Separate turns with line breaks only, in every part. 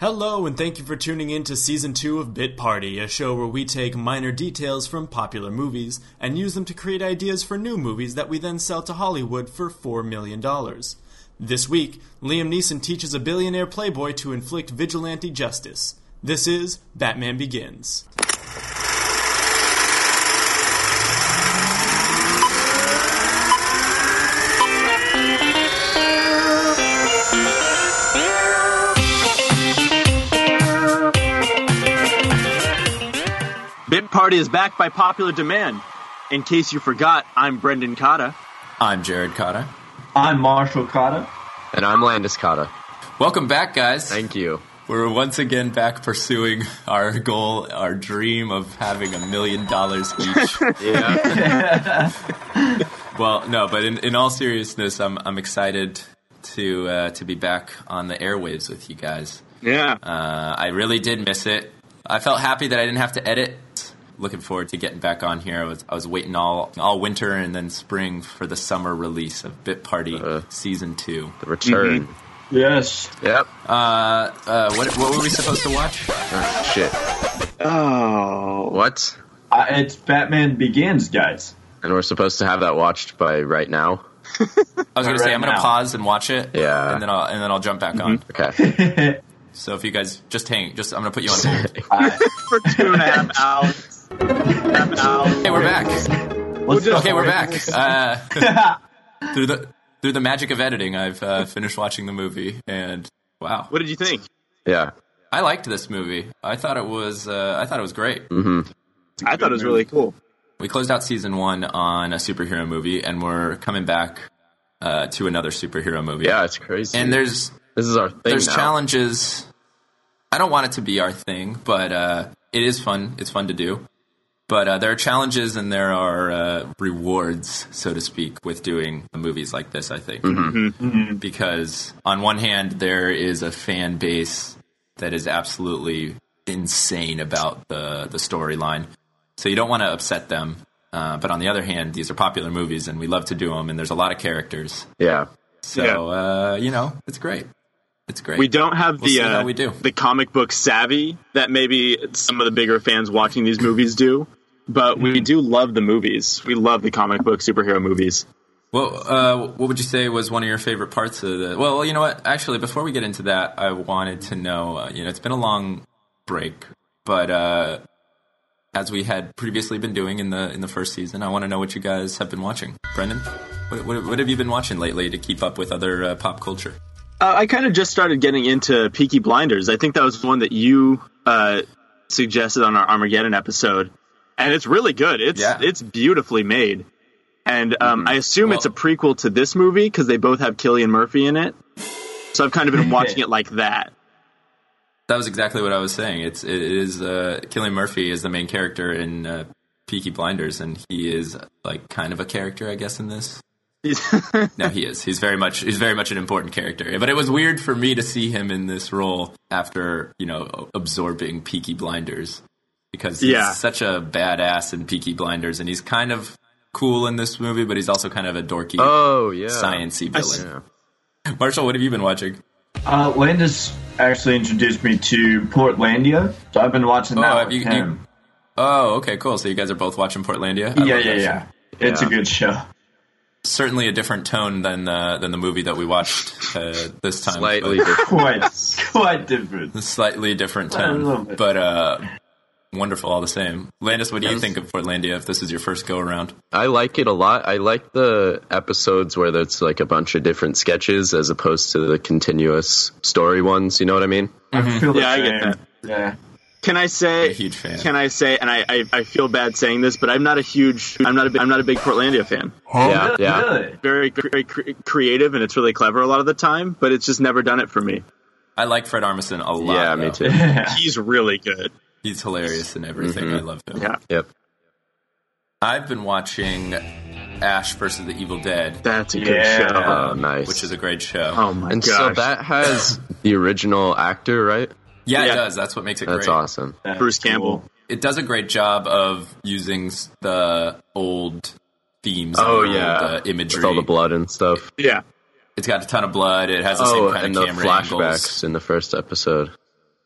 Hello, and thank you for tuning in to season two of Bit Party, a show where we take minor details from popular movies and use them to create ideas for new movies that we then sell to Hollywood for $4 million. This week, Liam Neeson teaches a billionaire playboy to inflict vigilante justice. This is Batman Begins.
Bit Party is back by popular demand. In case you forgot, I'm Brendan Cotta.
I'm Jared Cotta.
I'm Marshall Cotta.
And I'm Landis Cotta.
Welcome back, guys.
Thank you.
We're once again back pursuing our goal, our dream of having a million dollars each.
Yeah.
well, no, but in, in all seriousness, I'm I'm excited to uh, to be back on the airwaves with you guys.
Yeah.
Uh, I really did miss it. I felt happy that I didn't have to edit. Looking forward to getting back on here. I was I was waiting all all winter and then spring for the summer release of Bit Party
Uh.
season two.
the return.
Yes.
Yep.
Uh, uh, what what were we supposed to watch?
Oh, shit.
oh.
What?
Uh, it's Batman Begins, guys.
And we're supposed to have that watched by right now?
I was going
Right
to say I'm going to
now.
pause and watch it.
Yeah. Mm-hmm.
and then I'll and then I'll jump back on.
Okay.
So if you guys just hang, just I'm going to put you on hold.
For two and a half hours. Half an hour.
Hey, we're back.
Let's
Okay, we're back. Uh,
back.
through the through the magic of editing, I've uh, finished watching the movie, and wow,
What did you think?
yeah.
I liked this movie. I thought it was uh, I thought it was great.
Mm-hmm.
I thought it was really cool.
We closed out season one on a superhero movie, and we're coming back uh, to another superhero movie.
Yeah, it's crazy.
and there's
this is our thing
there's
now.
challenges. I don't want it to be our thing, but uh, it is fun. It's fun to do. But uh, there are challenges and there are uh, rewards, so to speak, with doing movies like this. I think because on one hand there is a fan base that is absolutely insane about the the storyline, so you don't want to upset them. Uh, but on the other hand, these are popular movies and we love to do them, and there's a lot of characters,
Yeah.
so
Yeah.
uh, you know it's great. It's great.
We don't have
We'll
the
see how
uh,
we do.
the comic book savvy that maybe some of the bigger fans watching these movies do, but we do love the movies. We love the comic book superhero movies.
Well, uh, what would you say was one of your favorite parts of the? Well, you know what? Actually, before we get into that, I wanted to know. Uh, you know, it's been a long break, but uh, as we had previously been doing in the in the first season, I want to know what you guys have been watching. Brendan, what, what, what have you been watching lately to keep up with other uh, pop culture?
Uh, I kind of just started getting into Peaky Blinders. I think that was one that you uh, suggested on our Armageddon episode, and it's really good. It's
Yeah. Mm-hmm.
it's beautifully made, and um, I assume it's a
Well-
prequel to this movie because they both have Killian Murphy in it. So I've kind of been watching it like that.
That was exactly what I was saying. It's it is uh, Killian Murphy is the main character in uh, Peaky Blinders, and he is like kind of a character, I guess, in this. No, he is. He's very much he's very much an important character. But it was weird for me to see him in this role after, you know, absorbing Peaky Blinders because he's
Yeah.
such a badass in Peaky Blinders and he's kind of cool in this movie, but he's also kind of a dorky
Oh, yeah.
sciencey
see.
villain. Marshall, what have you been watching?
Uh, Landis actually introduced me to Portlandia, so I've been watching
Oh,
that
have
with
you- you-
him.
Oh, okay, cool. So you guys are both watching Portlandia? I
yeah,
love that
yeah,
show.
yeah. It's a
Yeah.
good show.
Certainly a different tone than the than the movie that we watched uh, this time.
Slightly
but-
different.
Quite, quite different.
slightly different
A little
tone,
bit.
but uh, wonderful all the same. Landis, what do you think of Portlandia if this is your first go around?
I like it a lot. I like the episodes where there's like a bunch of different sketches as opposed to the continuous story ones. You know what I mean?
I feel the
Yeah, I
same.
get that.
Yeah.
Can I say?
a huge fan.
Can I say? And I, I, I feel bad saying this, but I'm not a huge. I'm not a. Big, I'm not a big Portlandia fan.
yeah.
Really?
yeah.
Really?
Very, very cre- creative, and it's really clever a lot of the time, but it's just never done it for me.
I like Fred Armisen a lot.
Yeah, me
though.
too.
He's really good.
He's hilarious and everything.
Mm-hmm.
I love him.
Yeah,
Yep.
I've been watching Ash versus the Evil Dead,
that's a
Yeah.
good show.
Oh, nice.
which is a great show.
Oh my
and
gosh.
so that has the original actor, right?
yeah, it
yeah.
does. That's what makes it
That's
great.
awesome.
That's
Bruce
cool.
Campbell.
It does a great job of using s- the old themes.
Oh,
and the
yeah.
old, uh, imagery.
With all the blood and stuff.
Yeah.
It's got a ton of blood. It has the
Oh,
same kind
and
of
the
camera
flashbacks
angles.
in the first episode.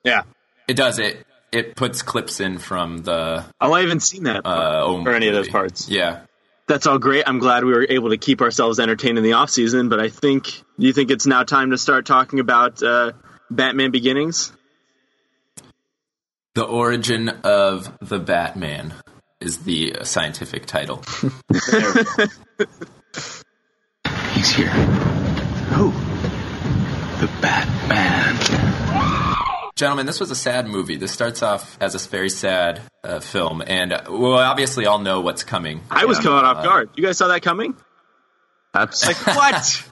Yeah.
It does it. It puts clips in from the
Oh, I haven't seen that
uh, Ohm
or any of those
movie.
parts.
Yeah,
That's all great. I'm glad we were able to keep ourselves entertained in the off season. But I think do you think it's now time to start talking about uh, Batman Beginnings?
the origin of the Batman is the uh, scientific title.
He's here. Who? The Batman.
Gentlemen, this was a sad movie. This starts off as a very sad uh, film, and uh, well, obviously, all know what's coming.
I was caught
Uh,
off guard. You guys saw that coming?
Abs-
Like what?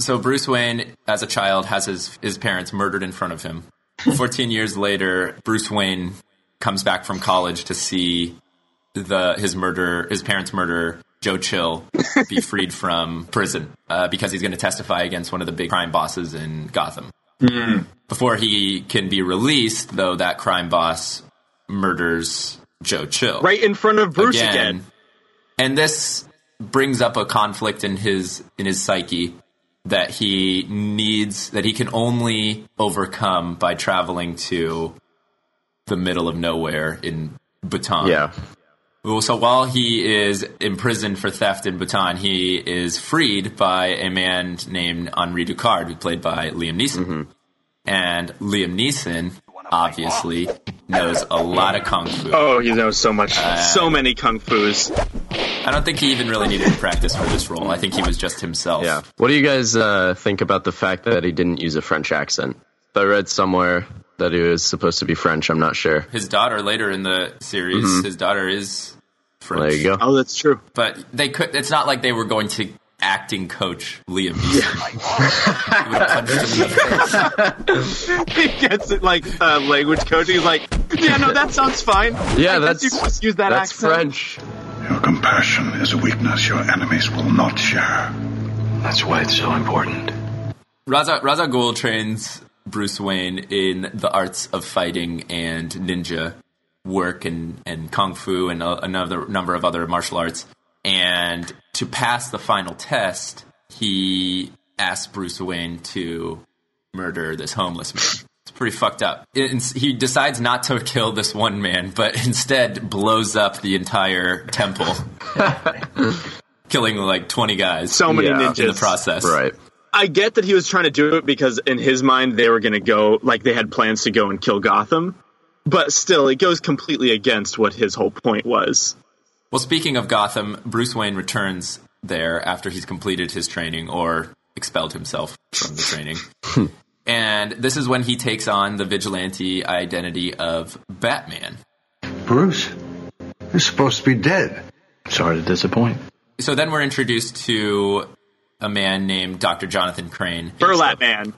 So Bruce Wayne, as a child, has his his parents murdered in front of him. Fourteen years later, Bruce Wayne comes back from college to see the his murder, his parents' murder, Joe Chill, be freed from prison uh, because he's going to testify against one of the big crime bosses in Gotham. Before he can be released, though, that crime boss murders Joe Chill
right in front of Bruce again.
and this brings up a conflict in his in his psyche that he needs that he can only overcome by traveling to the middle of nowhere in Bhutan.
yeah.
Well, So while he is imprisoned for theft in Bhutan, he is freed by a man named Henri Ducard, who's played by Liam Neeson.
Mm-hmm.
And Liam Neeson obviously knows a lot of kung fu.
Oh, he knows so much,
Uh,
so many kung fu's.
I don't think he even really needed to practice for this role. I think he was just himself.
Yeah. What do you guys uh, think about the fact that he didn't use a French accent? I read somewhere that he was supposed to be French. I'm not sure.
His daughter later in the series, his daughter is French.
Mm-hmm. There you go.
Oh, that's true.
But they could. It's not like they were going to acting coach Liam Neeson. He would've punched him in the face.
he gets it like uh, language coaching. He's like, yeah, no, that sounds fine.
Yeah,
I guess
that's
you can just use that
that's
accent.
French.
Your compassion is a weakness your enemies will not share.
That's why it's so important.
Raza Raza Ghul trains Bruce Wayne in the arts of fighting and ninja work and, and kung fu and a, another number of other martial arts. And to pass the final test, he asked Bruce Wayne to murder this homeless man. It's pretty fucked up. In- he decides not to kill this one man, but instead blows up the entire temple, killing like twenty guys
So many
Yeah.
ninjas.
in the process.
Right.
I get that he was trying to do it because in his mind they were going to go like they had plans to go and kill Gotham, but still it goes completely against what his whole point was.
Well, speaking of Gotham, Bruce Wayne returns there after he's completed his training or expelled himself from the training. and this is when he takes on the vigilante identity of Batman.
Bruce, you're supposed to be dead. Sorry to disappoint.
So then we're introduced to a man named Dr. Jonathan Crane.
Burlap Man.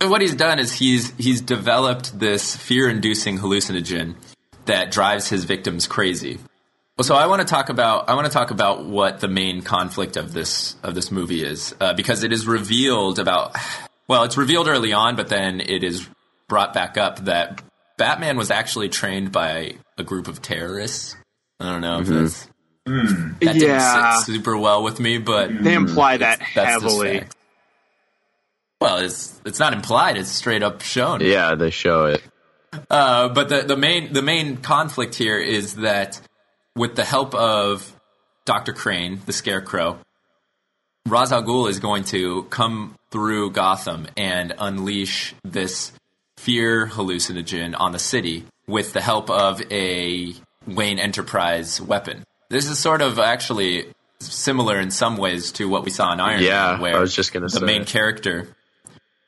And what he's done is he's he's developed this fear-inducing hallucinogen that drives his victims crazy. Well, so I want to talk about I want to talk about what the main conflict of this of this movie is uh, because it is revealed about well, it's revealed early on, but then it is brought back up that Batman was actually trained by a group of terrorists. I don't know if that's, that
Yeah.
didn't sit super well with me, but
They imply that
that's just
heavily.
fact. Well, it's it's not implied; it's straight up shown.
Yeah, they show it.
Uh, but the the main the main conflict here is that with the help of Doctor Crane, the Scarecrow, Ra's al Ghul is going to come through Gotham and unleash this fear hallucinogen on the city with the help of a Wayne Enterprise weapon. This is sort of actually similar in some ways to what we saw in Iron
Yeah,
Man, where
I was just gonna
the
say.
main character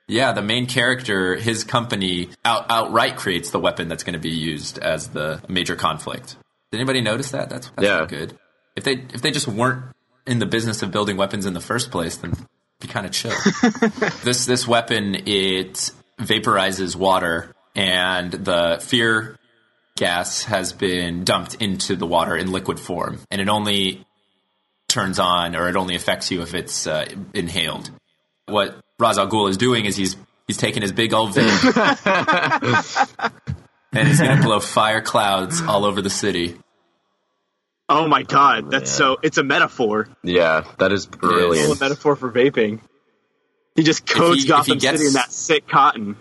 yeah, the main character, his company out, outright creates the weapon that's going to be used as the major conflict. Did anybody notice that? That's, that's
Yeah.
not good. If they if they just weren't in the business of building weapons in the first place, then it'd be kind of chill. this this weapon it vaporizes water, and the fear gas has been dumped into the water in liquid form, and it only turns on or it only affects you if it's uh, inhaled. What Ra's al Ghul is doing is he's he's taking his big old vape and he's going to blow fire clouds all over the city.
Oh my god, that's so it's a metaphor.
Yeah, that is
It's
brilliant.
a metaphor for vaping. He just
he-
coats
if
Gotham
he gets-
City in that sick cotton.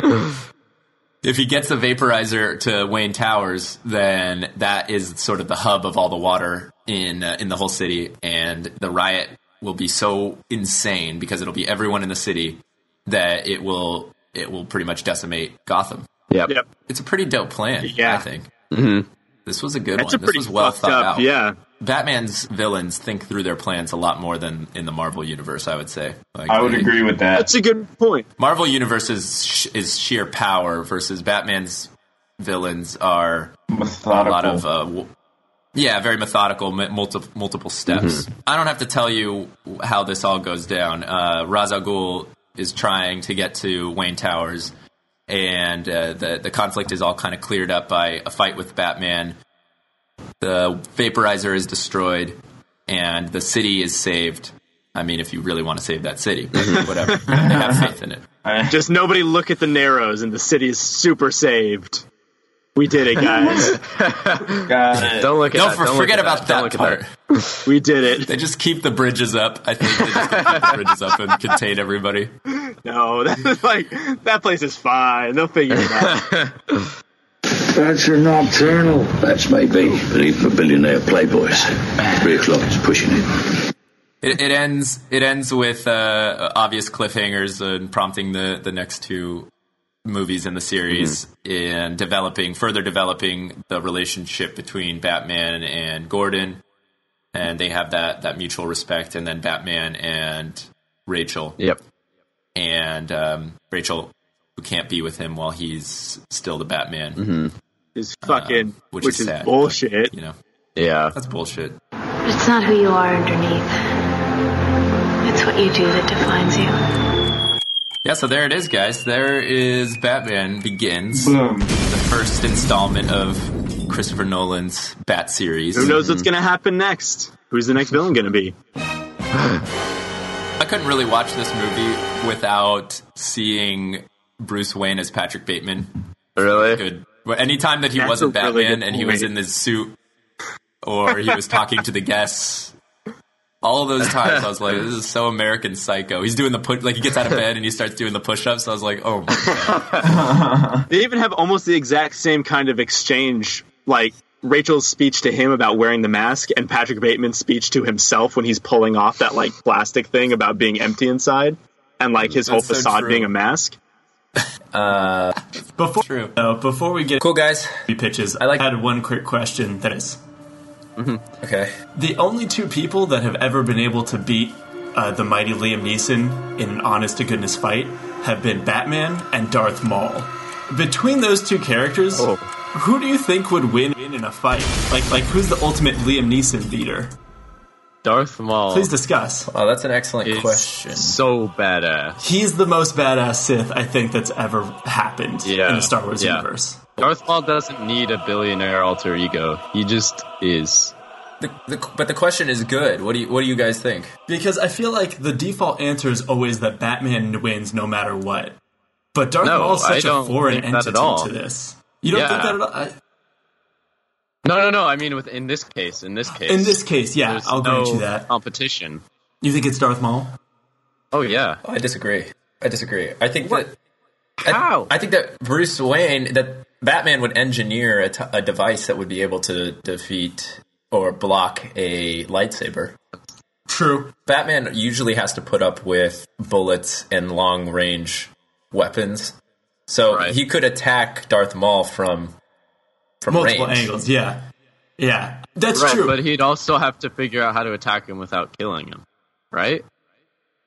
If he gets the vaporizer to Wayne Towers, then that is sort of the hub of all the water in uh, in the whole city, and the riot will be so insane because it'll be everyone in the city that it will it will pretty much decimate Gotham.
Yep.
Yep.
It's a pretty dope plan,
Yeah.
I think. This was a good
That's
one.
a pretty
this was well
fucked
thought
up.
out.
Yeah.
Batman's villains think through their plans a lot more than in the Marvel universe. I would say. Like,
I would
they-
agree with that.
That's a good point.
Marvel universe's sh- is sheer power versus Batman's villains are a
Methodical.
lot of uh, w- yeah, very methodical, multiple multiple steps. I don't have to tell you how this all goes down. Uh, Ra's al Ghul is trying to get to Wayne Towers, and uh, the the conflict is all kind of cleared up by a fight with Batman. The vaporizer is destroyed, and the city is saved. I mean, if you really want to save that city, but whatever, they have faith in it.
Just nobody look at the Narrows, and the city is super saved. We did it, guys.
Got it.
Don't look at
Don't
that.
for-
Don't look
forget
at
about
Don't
that
look at
part.
we did it.
They just keep the bridges up. I think they just keep the bridges up and contain everybody.
No, that's like that place is fine. They'll figure it out.
That's your nocturnal.
That's maybe, but even for billionaire playboys, three o'clock is pushing it.
It, it ends. It ends with uh, obvious cliffhangers and prompting the the next two movies in the series and developing further developing the relationship between Batman and Gordon, and they have that that mutual respect, and then Batman and Rachel
Yep.
and um, Rachel who can't be with him while he's still the Batman,
It's fucking,
which
which,
is
is,
sad.
bullshit.
you know.
Yeah.
That's bullshit.
But it's not who you are underneath. It's what you do that defines you.
Yeah, so there it is, guys. There is Batman Begins, the
Boom.
first installment of Christopher Nolan's Bat series.
Who knows what's gonna happen next? Who's the next villain gonna be?
I couldn't really watch this movie without seeing Bruce Wayne as Patrick Bateman.
Really?
Good. Well, Anytime that he
That's
wasn't
a really
Batman
good
and he was
point.
in his suit or he was talking to the guests. All those times, I was like, "This is so American Psycho." He's doing the push, like he gets out of bed and he starts doing the push-ups. I was like, "Oh,
They even have almost the exact same kind of exchange, like Rachel's speech to him about wearing the mask, and Patrick Bateman's speech to himself when he's pulling off that like plastic thing about being empty inside, and like his whole
That's so
facade
true.
being a mask.
Before
True.
uh, before we get
cool guys."
to pitches, I
I like-
had one quick question. That is
Okay,
the only two people that have ever been able to beat uh, the mighty Liam Neeson in an honest to goodness fight have been Batman and Darth Maul. Between those two characters,
Oh.
who do you think would win in a fight? Like like who's the ultimate Liam Neeson beater?
Darth Maul
Please discuss.
Oh, that's an excellent
is
question.
so badass.
He's the most badass Sith I think that's ever happened
Yeah,
in the Star Wars
yeah.
universe.
Darth Maul doesn't need a billionaire alter ego. He just is.
The, the, but the question is good. What do you What do you guys think?
Because I feel like the default answer is always that Batman wins no matter what. But Darth
No,
Maul is such
I
a
don't
foreign
think that at
entity
all.
to this. You don't
Yeah.
think that at all? I,
No, no, no. I mean, with in this case, in this case,
in this case, yeah,
there's
I'll
no
grant you that.
competition.
You think it's Darth Maul?
Oh yeah.
I disagree. I disagree. I think that I-
How?
I, think that Bruce Wayne that Batman would engineer a, t- a device that would be able to defeat or block a lightsaber.
True.
Batman usually has to put up with bullets and long range weapons, so
Right.
he could attack Darth Maul from from
Multiple
range.
angles, yeah. Yeah. That's
Right,
true.
but he'd also have to figure out how to attack him without killing him, right?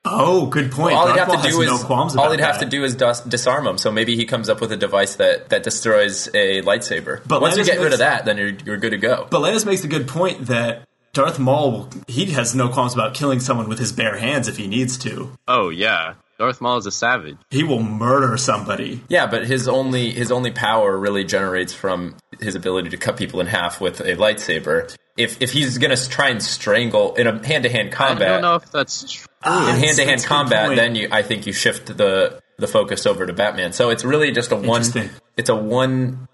oh, good point.
all he'd
Darth
have
Maul
to
has
do
no
is
qualms about
all he'd have
that.
to do is dis- disarm him. So maybe he comes up with a device that that destroys a lightsaber.
But
But once you
Landis
get rid
makes-
of that, then you're you're good to go.
But Landis makes a good point that Darth Maul, will- he has no qualms about killing someone with his bare hands if he needs to.
Oh yeah. Darth Maul is a savage.
He will murder somebody.
yeah, but his only his only power really generates from his ability to cut people in half with a lightsaber. If if he's gonna s- try and strangle in a hand to hand combat,
I don't know if that's true.
Ah,
in
that's-
hand to hand
that's a good
combat,
point.
then you I think you shift the the focus over to Batman. So it's really just a one
Interesting.
it's a one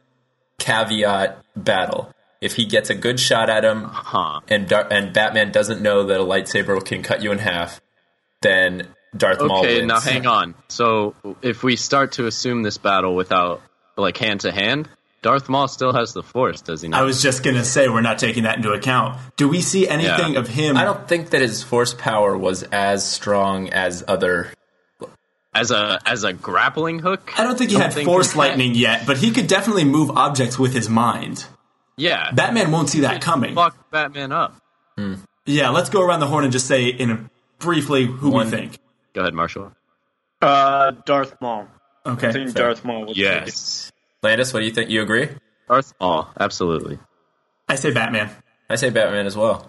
caveat battle. If he gets a good shot at him
huh.
Uh-huh.
and Dar- and Batman doesn't know that a lightsaber can cut you in half, then Darth Maul
okay,
wins.
now hang on. So if we start to assume this battle without like hand to hand, Darth Maul still has the Force, does he not?
I was just gonna say we're not taking that into account. Do we see anything
Yeah.
of him?
I don't think that his force power was as strong as other.
as a as a grappling hook.
I don't think he had
Something
force
like that.
lightning yet, but he could definitely move objects with his mind.
Yeah,
Batman won't see that
Could
coming.
Fuck Batman up.
Yeah, let's go around the horn and just say in a, briefly who we think.
Go ahead, Marshall.
Uh, Darth Maul.
Okay.
I think
fair.
Darth Maul. Was
Yes,
Landis, what do you think? You agree?
Darth Maul, absolutely.
I say Batman.
I say Batman as well.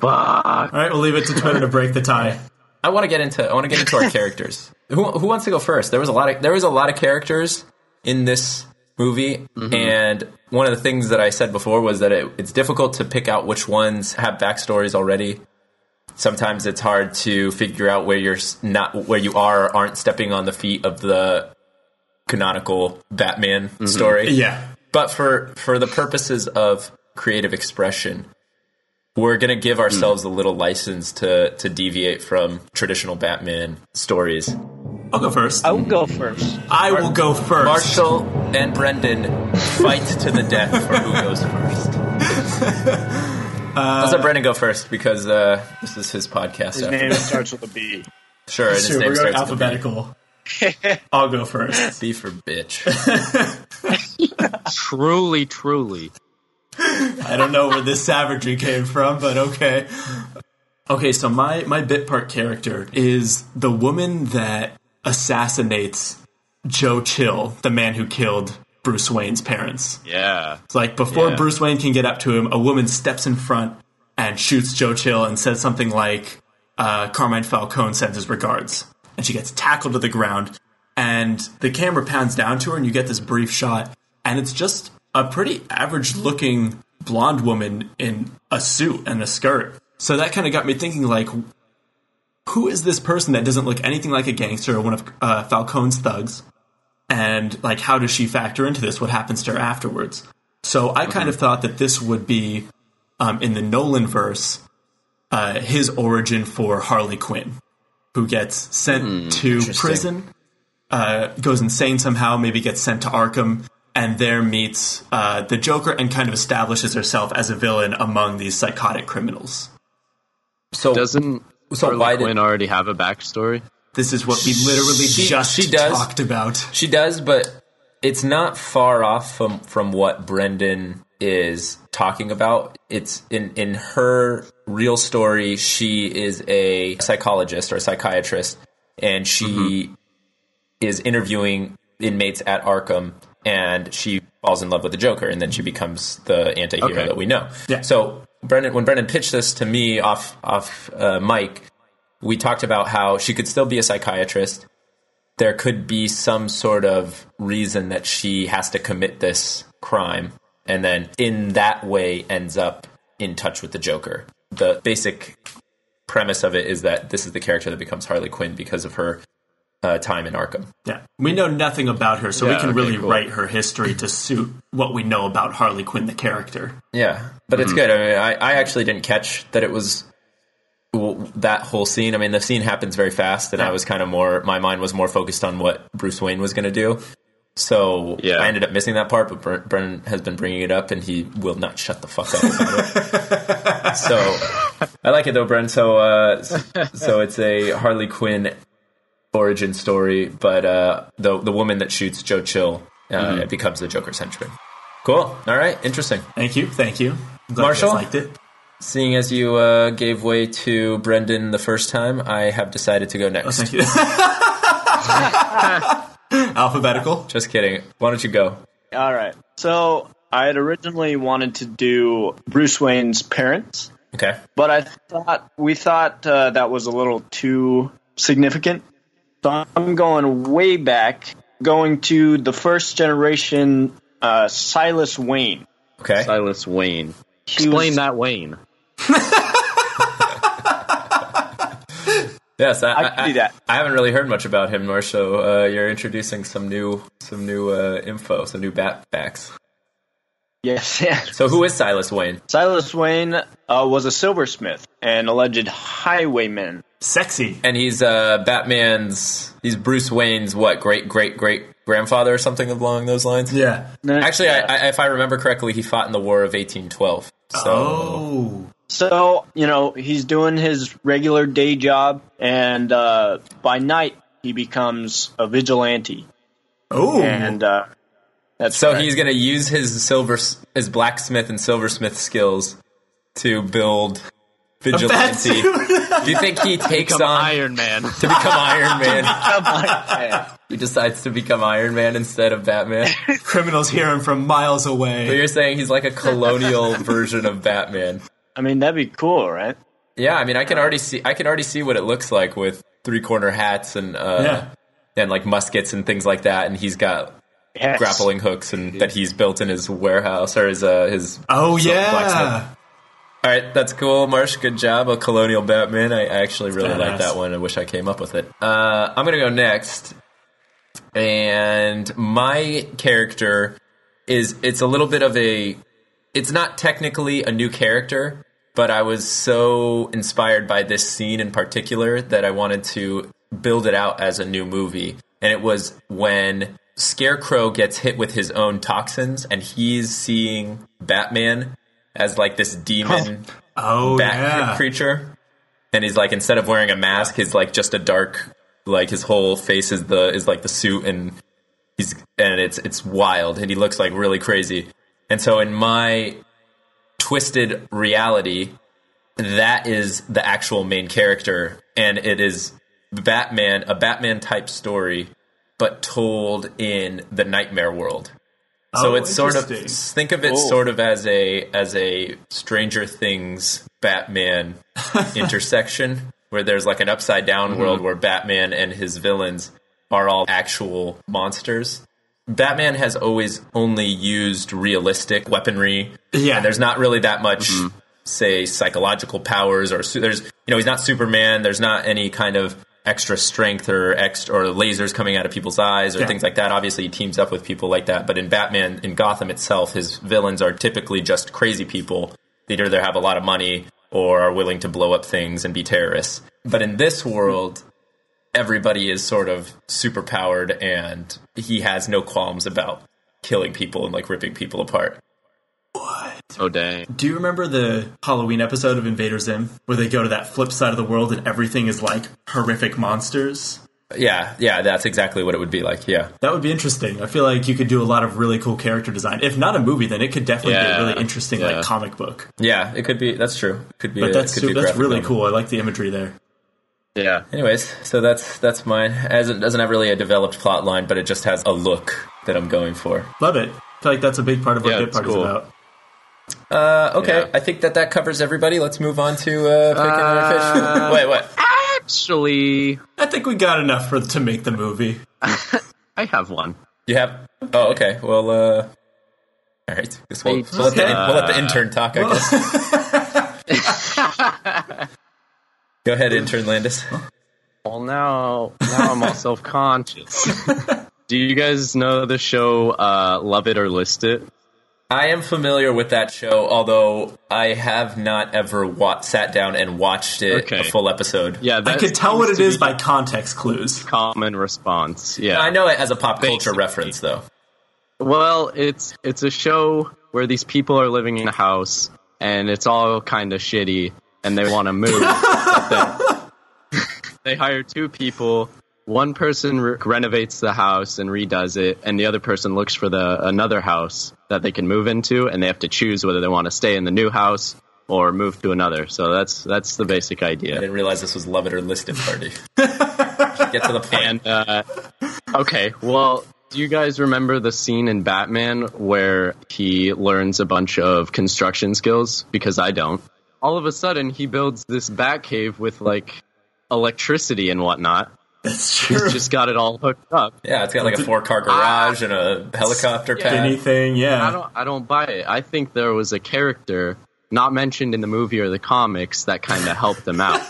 Fuck.
All right, we'll leave it to Twitter to break the tie.
I want to get into I want to get into our characters. Who who wants to go first? There was a lot of there was a lot of characters in this movie, and one of the things that I said before was that it, it's difficult to pick out which ones have backstories already. Sometimes it's hard to figure out where you're s- not where you are or aren't stepping on the feet of the canonical Batman
Mm-hmm.
story.
Yeah.
but for for the purposes of creative expression we're going to give ourselves
Mm.
a little license to to deviate from traditional batman stories
I'll go first.
I will go first.
I will go first.
marshall and brendan fight to the death for who goes first
Uh,
let's let brendan go first because uh, this is his podcast
His
after
name
this.
starts with a B.
sure and his
Sure,
name
we're going
starts with a
alphabetical. I'll go first.
B for bitch
Truly, truly.
I don't know where this savagery came from, but okay. Okay, so my my bit part character is the woman that assassinates Joe Chill, the man who killed Bruce Wayne's parents.
Yeah.
It's like before
Yeah.
Bruce Wayne can get up to him, a woman steps in front and shoots Joe Chill and says something like, uh, Carmine Falcone sends his regards. And she gets tackled to the ground. And the camera pans down to her, and you get this brief shot. And it's just a pretty average looking blonde woman in a suit and a skirt. So that kind of got me thinking, like, who is this person that doesn't look anything like a gangster or one of uh, Falcone's thugs? And, like, how does she factor into this? What happens to her afterwards? So I kind of thought that this would be um, in the Nolan verse, uh, his origin for Harley Quinn, who gets sent to prison, uh, goes insane somehow, maybe gets sent to Arkham, and there meets uh, the Joker and kind of establishes herself as a villain among these psychotic criminals.
so
Doesn't
So
Harley
why did-
Quinn already have a backstory?
This is what we literally
She-
just
she does.
talked about.
She does, but it's not far off from from what Brendan is talking about. It's in in her real story. She is a psychologist or a psychiatrist, and she is interviewing inmates at Arkham, and she falls in love with the Joker, and then she becomes the anti-hero
Okay.
that we know.
Yeah.
So Brendan, when Brendan pitched this to me off off uh, mic, we talked about how she could still be a psychiatrist. There could be some sort of reason that she has to commit this crime, and then in that way ends up in touch with the Joker. The basic premise of it is that this is the character that becomes Harley Quinn because of her uh, time in Arkham.
Yeah. We know nothing about her, so we
Yeah,
can
okay,
really
cool.
write her history to suit what we know about Harley Quinn, the character.
Yeah, but it's good. I mean, I, I actually didn't catch that it was w- that whole scene. I mean, the scene happens very fast, and I was kind of more. My mind was more focused on what Bruce Wayne was going to do. So
Yeah.
I ended up missing that part, but Bren- Brennan has been bringing it up, and he will not shut the fuck up about it. so I like it though, Bren. So uh, s- so it's a Harley Quinn origin story, but uh, the the woman that shoots Joe Chill uh, becomes the Joker's henchman. Cool. All right. Interesting.
Thank you. Thank you. I'm glad you guys
Marshall?
liked it.
Seeing as you uh, gave way to Brendan the first time, I have decided to go next.
Thank you. Alphabetical.
Just kidding. Why don't you go?
All right. So I had originally wanted to do Bruce Wayne's parents,
Okay.
but I thought we thought uh, that was a little too significant. So I'm going way back, going to the first generation uh, Silas Wayne.
Okay.
Silas Wayne.
He
Explain
was-
that Wayne.
yes, I,
I can do that.
I, haven't really heard much about him, nor so uh, you're introducing some new, some new uh, info, some new bat facts.
Yes, yes.
So who is Silas Wayne?
Silas Wayne uh, was a silversmith and alleged highwayman
Sexy.
And he's uh, Batman's. He's Bruce Wayne's what great great great grandfather or something along those lines.
Yeah.
Actually, I, I, if I remember correctly, he fought in the War of eighteen twelve. So
Oh.
So, you know, he's doing his regular day job, and uh, by night, he becomes a vigilante.
Oh.
Mm-hmm.
And uh, that's
so
right.
he's going to use his silver his blacksmith and silversmith skills to build vigilante. Do you think he takes
Become
on
Iron Man to
become Iron Man? he decides to become Iron Man instead of Batman.
Criminals hear him from miles
But
away.
you're saying he's like a colonial version of Batman.
I mean, that'd be cool, right?
Yeah, I mean, I can already see I can already see what it looks like with three corner hats and uh,
Yeah.
and like muskets and things like that, and he's got
Yes.
grappling hooks and that he's built in his warehouse or his uh, his
Oh
so-
yeah.
blacksmith. All right, that's cool, Marsh. Good job, a colonial Batman. I actually really
Badass.
like that one. I wish I came up with it. Uh, I'm gonna go next, and my character is it's a little bit of a it's not technically a new character, but I was so inspired by this scene in particular that I wanted to build it out as a new movie. And it was when Scarecrow gets hit with his own toxins and he's seeing Batman as like this demon
Oh
bat
yeah.
creature. And he's like instead of wearing a mask, he's like just a dark like his whole face is the is like the suit and he's and it's it's wild and he looks like really crazy. And so in my twisted reality, that is the actual main character and it is Batman, a Batman type story but told in the nightmare world. So
Oh,
it's sort of
interesting.
think of it sort of as a as a Stranger Things Batman intersection where there's like an upside down
Mm-hmm.
world where Batman and his villains are all actual monsters. Batman has always only used realistic weaponry.
Yeah.
And there's not really that much say psychological powers or su- there's you know he's not Superman, there's not any kind of extra strength or ex or lasers coming out of people's eyes or
Yeah.
things like that. Obviously he teams up with people like that, but in Batman in Gotham itself his villains are typically just crazy people. They either have a lot of money or are willing to blow up things and be terrorists. But in this world everybody is sort of super powered and he has no qualms about killing people and like ripping people apart.
Oh dang!
Do you remember the Halloween episode of Invader Zim where they go to that flip side of the world and everything is like horrific monsters?
Yeah, yeah, that's exactly what it would be like. Yeah.
That would be interesting. I feel like you could do a lot of really cool character design. If not a movie, then it could definitely be
Yeah,
a really interesting
yeah.
like comic book.
Yeah, it could be that's true. Could be
But
a-
that's
could be a
that's
graphic
really
novel.
cool. I like the imagery there.
Yeah,
Anyways, so that's that's mine. As it doesn't have really a developed plot line, but it just has a look that I'm going for.
Love it. I feel like that's a big part of what
Yeah,
Bit
it's
Part
cool.
is about.
Uh, okay,
Yeah.
I think that that covers everybody. Let's move on to uh, pick another fish. Wait, what?
actually,
I think we got enough for to make the movie.
I have one.
You have? Oh, okay. Well, uh, all right. Guess we'll,
Wait,
we'll, let the,
uh,
we'll let the intern talk. I guess. Go ahead, intern Landis.
Well, now now I'm all self conscious. Do you guys know the show uh, Love It or List It?
I am familiar with that show, although I have not ever wa- sat down and watched it
Okay.
a full episode.
Yeah,
I
that
could tell what
seems
it
to
is
be
by context clues.
common response. Yeah,
I know it as a pop culture
Basically.
reference, though.
Well, it's it's a show where these people are living in a house and it's all kind of shitty and they want to move. But then- they hire two people. One person re- renovates the house and redoes it, and the other person looks for the another house that they can move into, and they have to choose whether they want to stay in the new house or move to another. So that's that's the basic
I
idea.
didn't realize this was Love It or List It Party. Get to the point.
And uh, okay, well, do you guys remember the scene in Batman where he learns a bunch of construction skills? Because I don't. All of a sudden, he builds this Batcave with like electricity and whatnot.
That's
He's
true.
just got it all hooked up.
yeah, it's got like a four car
Ah.
garage and a helicopter pad.
Anything,
I
yeah.
don't. I don't buy it. I think there was a character not mentioned in the movie or the comics that kind of helped him out.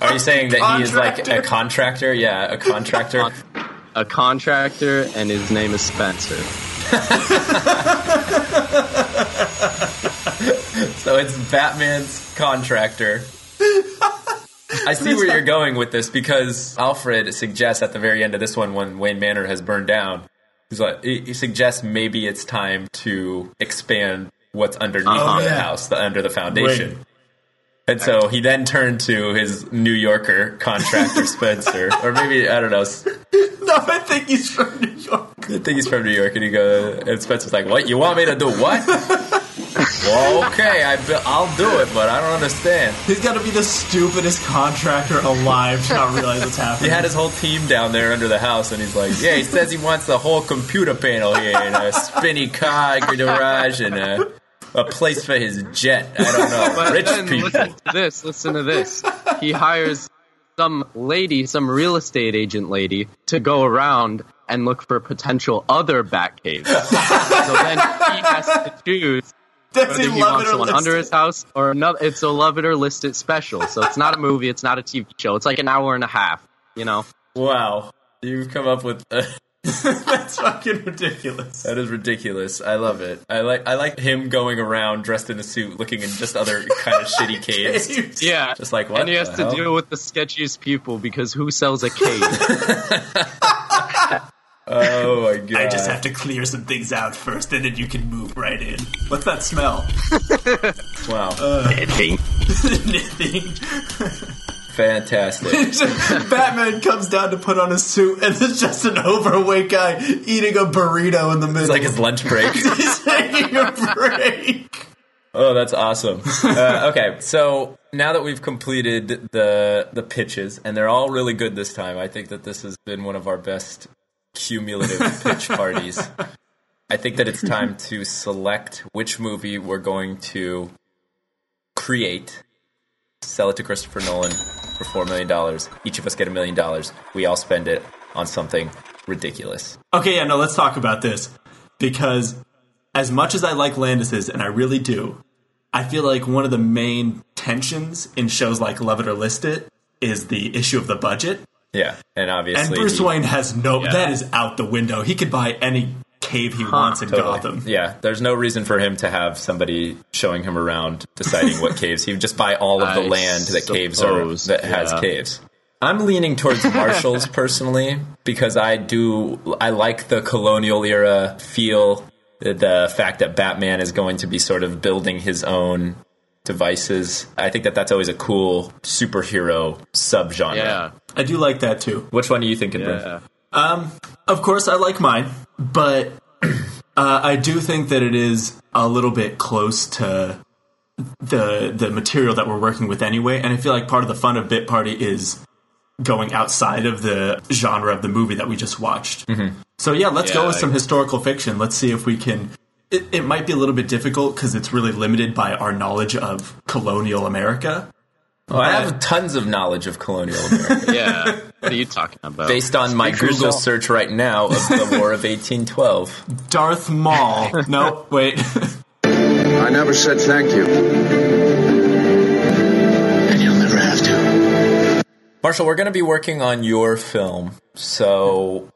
Are you saying that he is like
Contractor.
a contractor? Yeah, a contractor.
A contractor, and his name is Spencer.
so it's Batman's contractor. I see where you're going with this because Alfred suggests at the very end of this one, when Wayne Manor has burned down, he's like, he he suggests maybe it's time to expand what's underneath
Uh-huh.
the
Yeah.
house, the under the foundation. And so he then turned to his New Yorker contractor Spencer, or maybe I don't know. s-
No, I think he's from New York.
I think he's from New York, and he goes, and Spencer's like, "What you want me to do? What? well, okay, I, bu- I'll do it, but I don't understand."
He's got to be the stupidest contractor alive to not realize what's
He
happening.
had his whole team down there under the house, and he's like, "Yeah, he says he wants the whole computer panel here, and a spinny car garage, and a, a place for his jet. I don't know,
But
rich
then
people."
listen to this. Listen to this. He hires some lady, some real estate agent lady, to go around and look for potential other bat caves. so then he has to choose.
Does
whether
he
he
love
wants
it or
one
list
under his house or another. It's a love it or list it special. So it's not a movie. It's not a TV show. It's like an hour and a half. You know.
Wow, you've come up with. Uh,
That's fucking ridiculous.
That is ridiculous. I love it. I like I like him going around dressed in a suit, looking in just other kind of shitty caves.
Yeah.
Just like what?
and he has
the
to
hell?
deal with the sketchiest people because who sells a cave?
Oh my god!
I just have to clear some things out first, and then you can move right in. What's that smell?
Wow.
Knitting. Knitting.
Fantastic.
Batman comes down to put on his suit, and there's just an overweight guy eating a burrito in the middle.
It's like his lunch break.
He's taking a break.
Oh, that's awesome. Uh, okay, so now that we've completed the the pitches, and they're all really good this time, I think that this has been one of our best cumulative pitch parties. I think that it's time to select which movie we're going to create, sell it to Christopher Nolan for four million dollars. Each of us get a million dollars. We all spend it on something ridiculous.
Okay, yeah, no, let's talk about this. Because as much as I like Landis's, and I really do, I feel like one of the main tensions in shows like Love It or List It is the issue of the budget.
Yeah, and obviously,
And Bruce
the-
Wayne has no,
Yeah.
that is out the window. He could buy any cave he wants in Gotham.
Yeah, there's no reason for him to have somebody showing him around, deciding what caves. He would just buy all of the
I
land that caves are
suppose,
that has
yeah.
caves. I'm leaning towards Marshalls personally because I do I like the colonial era feel. The- The fact that Batman is going to be sort of building his own devices. I think that that's always a cool superhero subgenre.
Yeah. I do like that too.
Which one are you thinking, Brent?
Um, of course, I like mine, but uh, I do think that it is a little bit close to the the material that we're working with anyway. And I feel like part of the fun of Bit Party is going outside of the genre of the movie that we just watched. So yeah, let's go
Mm-hmm. Yeah,
with
I-
some historical fiction. Let's see if we can. It, it might be a little bit difficult because it's really limited by our knowledge of colonial America.
Oh, I have tons of knowledge of colonial America.
yeah. What are you talking about?
Based on my
Speak for
Google
yourself.
search right now of the War of 1812.
Darth Maul. no, wait.
I never said thank you.
Marshall, we're going to be working on your film, so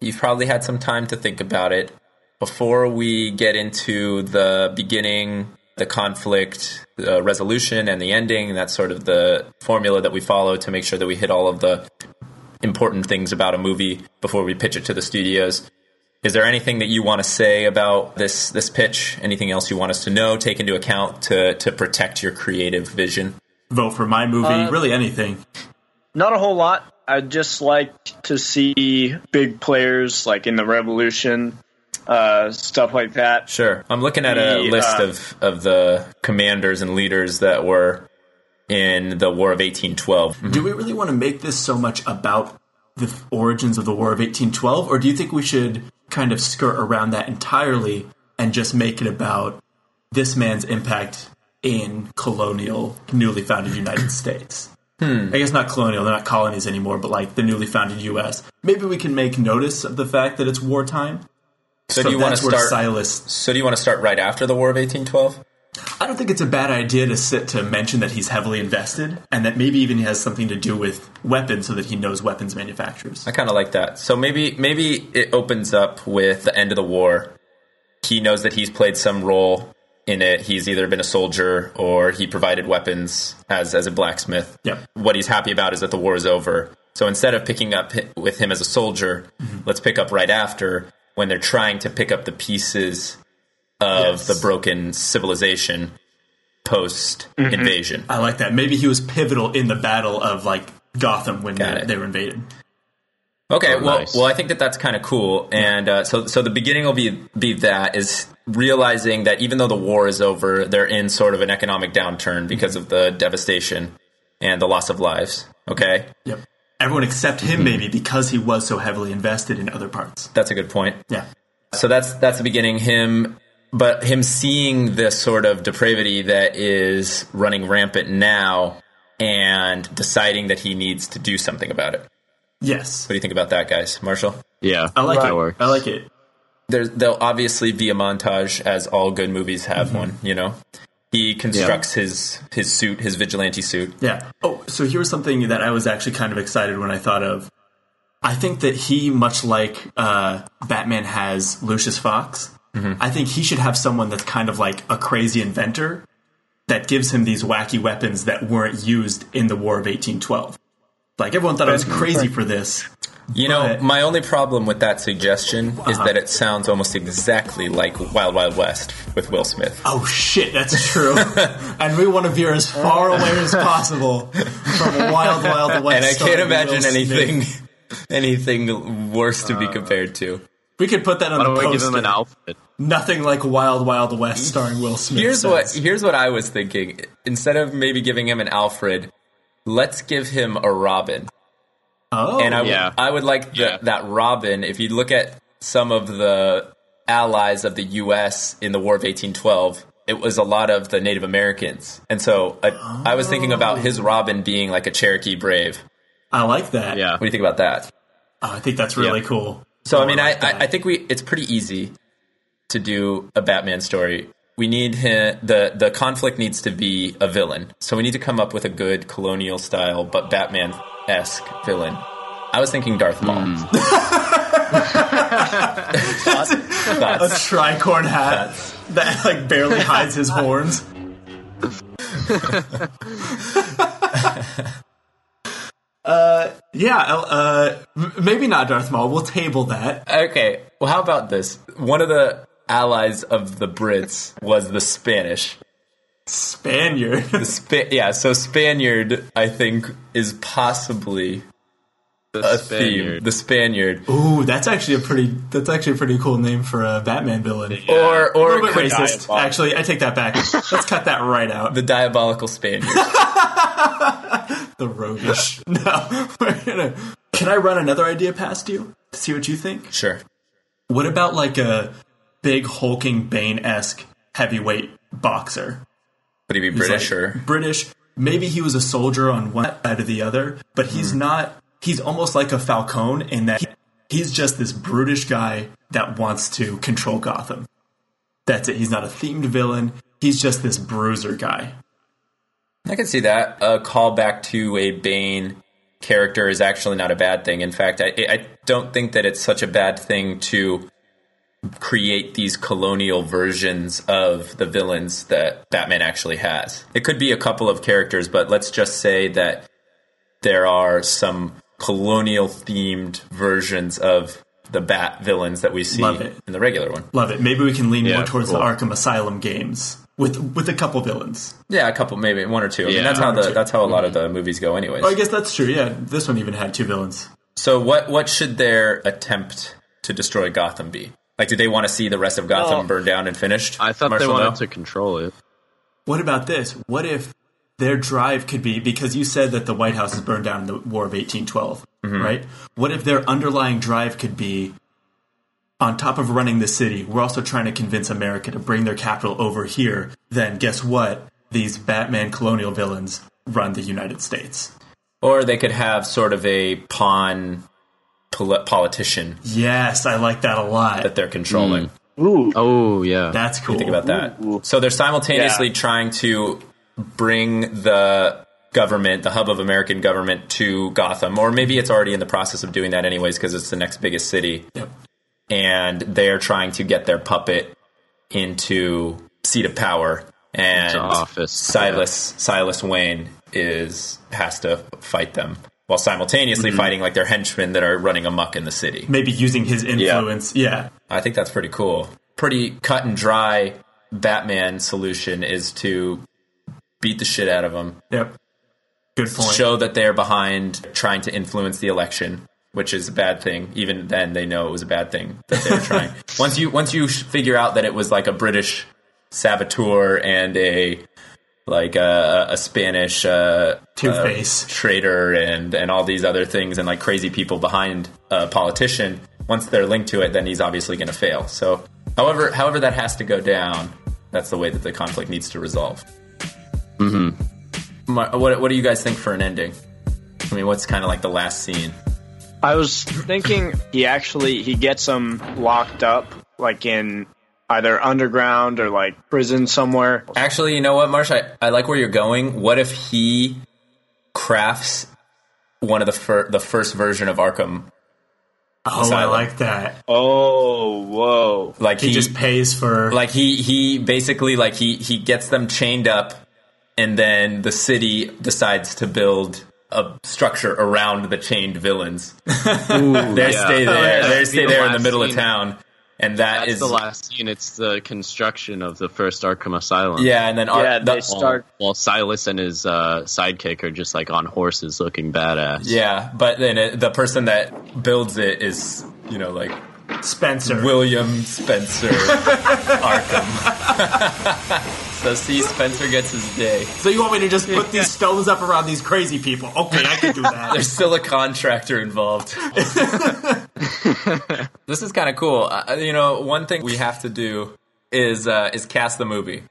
you've probably had some time to think about it. Before we get into the beginning, the conflict, the resolution, and the ending, that's sort of the formula that we follow to make sure that we hit all of the important things about a movie before we pitch it to the studios. Is there anything that you want to say about this this pitch? Anything else you want us to know, take into account to to protect your creative vision?
Vote for my movie.
Uh,
really, anything.
Not a whole lot. I'd just like to see big players like in the Revolution, uh, stuff like that.
Sure. I'm looking at a
The,
list
uh,
of, of the commanders and leaders that were in the War of 1812.
Do we really want to make this so much about the f- origins of the War of 1812, or do you think we should kind of skirt around that entirely and just make it about this man's impact in colonial, newly founded United States?
Hmm.
I guess not colonial, they're not colonies anymore, but like the newly founded U.S. Maybe we can make notice of the fact that it's wartime.
So, do you want
that's
to
where
start
Silas.
So do you want to start right after the War of 1812?
I don't think it's a bad idea to sit to mention that he's heavily invested and that maybe even he has something to do with weapons so that he knows weapons manufacturers.
I kind of like that. So maybe maybe it opens up with the end of the war. He knows that he's played some role in it, he's either been a soldier or he provided weapons as as a blacksmith.
Yep.
What he's happy about is that the war is over. So instead of picking up hi- with him as a soldier, let's pick up right after when they're trying to pick up the pieces of
Yes.
the broken civilization post invasion.
I like that. Maybe he was pivotal in the battle of like Gotham when they, they were invaded.
Okay,
Oh,
well,
nice.
well, I think that that's kind of cool, and uh, so so the beginning will be be that is realizing that even though the war is over, they're in sort of an economic downturn because of the devastation and the loss of lives. Okay,
Yep. Everyone except him, maybe because he was so heavily invested in other parts.
that's a good point.
Yeah.
So that's that's the beginning. Him, but him seeing this sort of depravity that is running rampant now, and deciding that he needs to do something about it.
Yes. What
do you think about that, guys? Marshall.
Yeah,
I like it. I like it.
There's, there'll obviously be a montage, as all good movies have
Mm-hmm.
one. You know, he constructs his his suit, his vigilante suit.
Yeah. Oh, so here's something that I was actually kind of excited when I thought of. I think that he, much like uh, Batman has Lucius Fox,
Mm-hmm.
I think he should have someone that's kind of like a crazy inventor that gives him these wacky weapons that weren't used in the War of 1812. Like everyone thought I was crazy for this.
You know, my only problem with that suggestion is
Uh-huh.
that it sounds almost exactly like Wild Wild West with Will Smith.
Oh shit, that's true. and we want to veer as far away as possible from Wild Wild West.
and I
starring
can't imagine
Will Smith. Uh,
anything anything worse to be compared to.
We could put that on
Why
the
don't we
poster.
give him an outfit?
Nothing like Wild Wild West starring Will Smith.
Here's
says.
what here's what I was thinking. Instead of maybe giving him an Alfred, let's give him a Robin.
Oh,
and I would-
Yeah.
I would like the, that Robin. If you look at some of the allies of the U.S. in the War of 1812, it was a lot of the Native Americans, and so a, I was thinking about his Robin being like a Cherokee brave.
I like that.
Yeah, what do you think about that?
Oh, I think that's really
Yeah.
cool.
So I mean, I, I I think we it's pretty easy to do a Batman story. We need him, the the conflict needs to be a villain. So we need to come up with a good colonial style but Batman esque villain. I was thinking Darth Maul.
a tricorn hat that like barely hides his horns. uh, yeah. Uh, m- maybe not Darth Maul. We'll table that.
Okay. Well, how about this? One of the allies of the Brits was the Spanish.
Spaniard.
The Spa- yeah. So Spaniard, I think, is possibly a theme.
Spaniard.
The Spaniard.
Ooh, that's actually a pretty. That's actually a pretty cool name for a Batman villain.
Or or
a little bit racist. Actually, I take that back. Let's cut that right out.
The diabolical Spaniard.
the roguish. No, we're gonna. Can I run another idea past you to see what you think?
Sure.
What about like a big hulking Bane esque heavyweight boxer?
Would he be
He's,
British
like,
or
British? Maybe he was a soldier on one side or the other, but he's not. He's almost like a Falcone in that he- he's just this brutish guy that wants to control Gotham. That's it. He's not a themed villain. He's just this bruiser guy.
I can see that a callback to a Bane character is actually not a bad thing. In fact, I, I don't think that it's such a bad thing to create these colonial versions of the villains that Batman actually has. It could be a couple of characters, but let's just say that there are some colonial themed versions of the Bat villains that we see
Love it.
in the regular one.
Love it. Maybe we can lean
Yeah,
more towards
cool.
the Arkham Asylum games with with a couple villains.
Yeah, a couple, maybe one or two. I mean,
Yeah.
that's how
One or
the
two.
that's how a lot of the movies go, anyways.
Oh, I guess that's true. Yeah, this one even had two villains.
So what what should their attempt to destroy Gotham be? Like, do they want to see the rest of Gotham
Well,
burned down and finished? I
thought they wanted to control it.
What about this? What if their drive could be because you said that the White House was burned down in the War of 1812,
Mhm.
right? What if their underlying drive could be on top of running the city, we're also trying to convince America to bring their capital over here. Then guess what? These Batman colonial villains run the United States.
Or they could have sort of a pawn poli- politician
Yes, I like that a lot.
that they're controlling.
Ooh.
Oh yeah.
That's cool.
Think about that. So they're simultaneously trying to bring the government, the hub of American government, to Gotham, or maybe it's already in the process of doing that anyways because it's the next biggest city.
Yep.
And they're trying to get their puppet into seat of power, and Silas Silas Wayne is has to fight them while simultaneously
Mhm.
fighting like their henchmen that are running amok in the city.
Maybe using his influence. Yeah.
I think that's pretty cool. Pretty cut and dry Batman solution is to beat the shit out of them.
Yep. Good point.
Show that they are behind trying to influence the election, which is a bad thing. Even then, they know it was a bad thing that they were trying. once you once you sh- figure out that it was like a British saboteur and a like a, a Spanish uh,
Two-Face.
uh, traitor and and all these other things and like crazy people behind a politician. Once they're linked to it, then he's obviously going to fail. So, however, however that has to go down, that's the way that the conflict needs to resolve.
Mm-hmm.
Mar- what, what do you guys think for an ending? I mean, what's kind of like the last scene?
I was thinking he actually he gets them locked up like in either underground or like prison somewhere.
Actually, you know what, Marsh? I, I like where you're going. What if he crafts one of the fir- the first version of Arkham?
Oh, I
Asylum?
like that.
Oh, whoa!
Like
he,
he-
just pays for
Like he he basically like he he gets them chained up, and then the city decides to build a structure around the chained villains. they
yeah.
stay
Oh,
there.
yeah.
They stay
The
there in the
last
middle of
scene.
town, and that
That's
is-
the last scene. It's the construction of the first Arkham Asylum.
Yeah, and then Ar- Yeah, the- they start-
while, while Silas and his uh, sidekick are just like on horses, looking badass.
Yeah, but then it, the person that builds it is, you know, like
Spencer
William Spencer Arkham. so see, Spencer gets his day.
So you want me to just put these stones up around these crazy people? Okay, I can do that.
There's still a contractor involved. this is kind of cool. Uh, you know, one thing we have to do is uh, is cast the movie.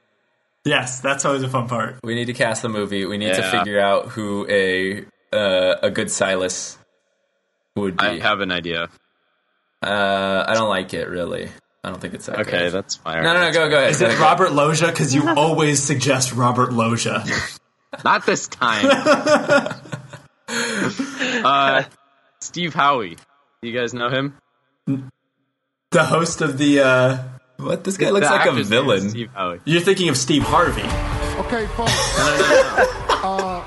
yes, that's always a fun part.
We need to cast the movie. We need to
Yeah.
figure out who a uh, a good Silas would be. I
have an idea.
Uh, I don't like it really. I don't think it's that
Okay,
good.
that's
No,
fine.
no, no, go, go ahead.
Is it Robert Loja? Because you always suggest Robert Loja.
Not this time. uh, Steve Howie. You guys know him?
The host of the. uh...
What? This
guy looks The like a actor's name is villain.
You're thinking of Steve Harvey.
Okay, folks. uh,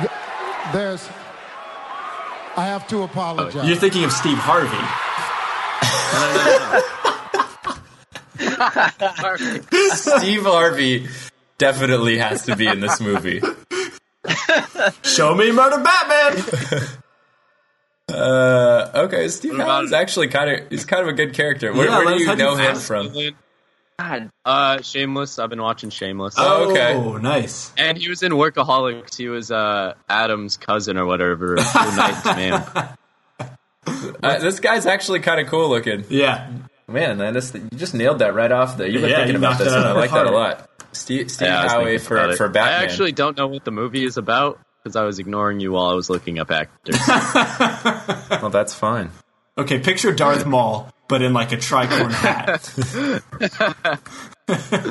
th- there's. I have to apologize.
You're thinking of Steve Harvey.
Steve Harvey definitely has to be in this movie.
Show me murder Batman.
Uh, okay, Steve Allen's actually kind of he's kind of a good character. Where,
Yeah,
where
Les
do you
Hudson-
know him from?
God. Uh, Shameless. I've been watching Shameless.
Oh, okay. Oh,
nice.
And he was in Workaholics. He was uh, Adam's cousin or whatever. Who knifed man.
Uh, this guy's actually kind of cool looking.
Yeah,
man, man, this you just nailed that right off. There, you've been
Yeah,
thinking
you
about
knocked
this,
it
and I
out
like that a
hard.
lot. Steve, Steve
Yeah, I was
Howie
thinking
for
about it.
for Batman.
I actually don't know what the movie is about because I was ignoring you while I was looking up actors.
well, that's fine.
Okay, picture Darth Maul, but in like a tricorn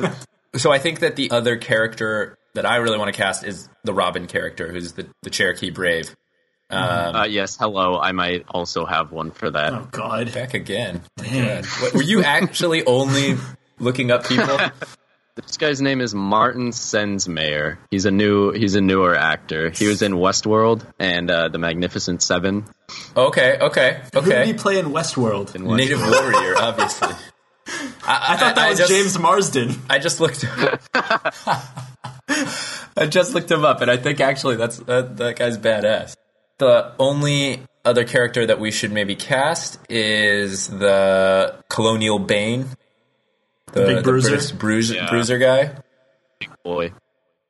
hat.
So I think that the other character that I really want to cast is the Robin character, who's the, the Cherokee Brave. Um,
uh, yes, hello. I might also have one for that. Oh
God,
back again. My God. What, were you actually only looking up people?
This guy's name is Martin Sensmayer. He's a new he's a newer actor. He was in Westworld and uh, The Magnificent Seven.
Okay, okay,
Who did he
okay.
play in Westworld?
Native warrior, obviously. I,
thought that was
just-
James Marsden.
I just looked. I just looked him up, and I think actually that's that, that guy's badass. The only other character that we should maybe cast is the Colonial Bane,
The big bruiser?
British bruiser,
Yeah.
bruiser guy.
boy.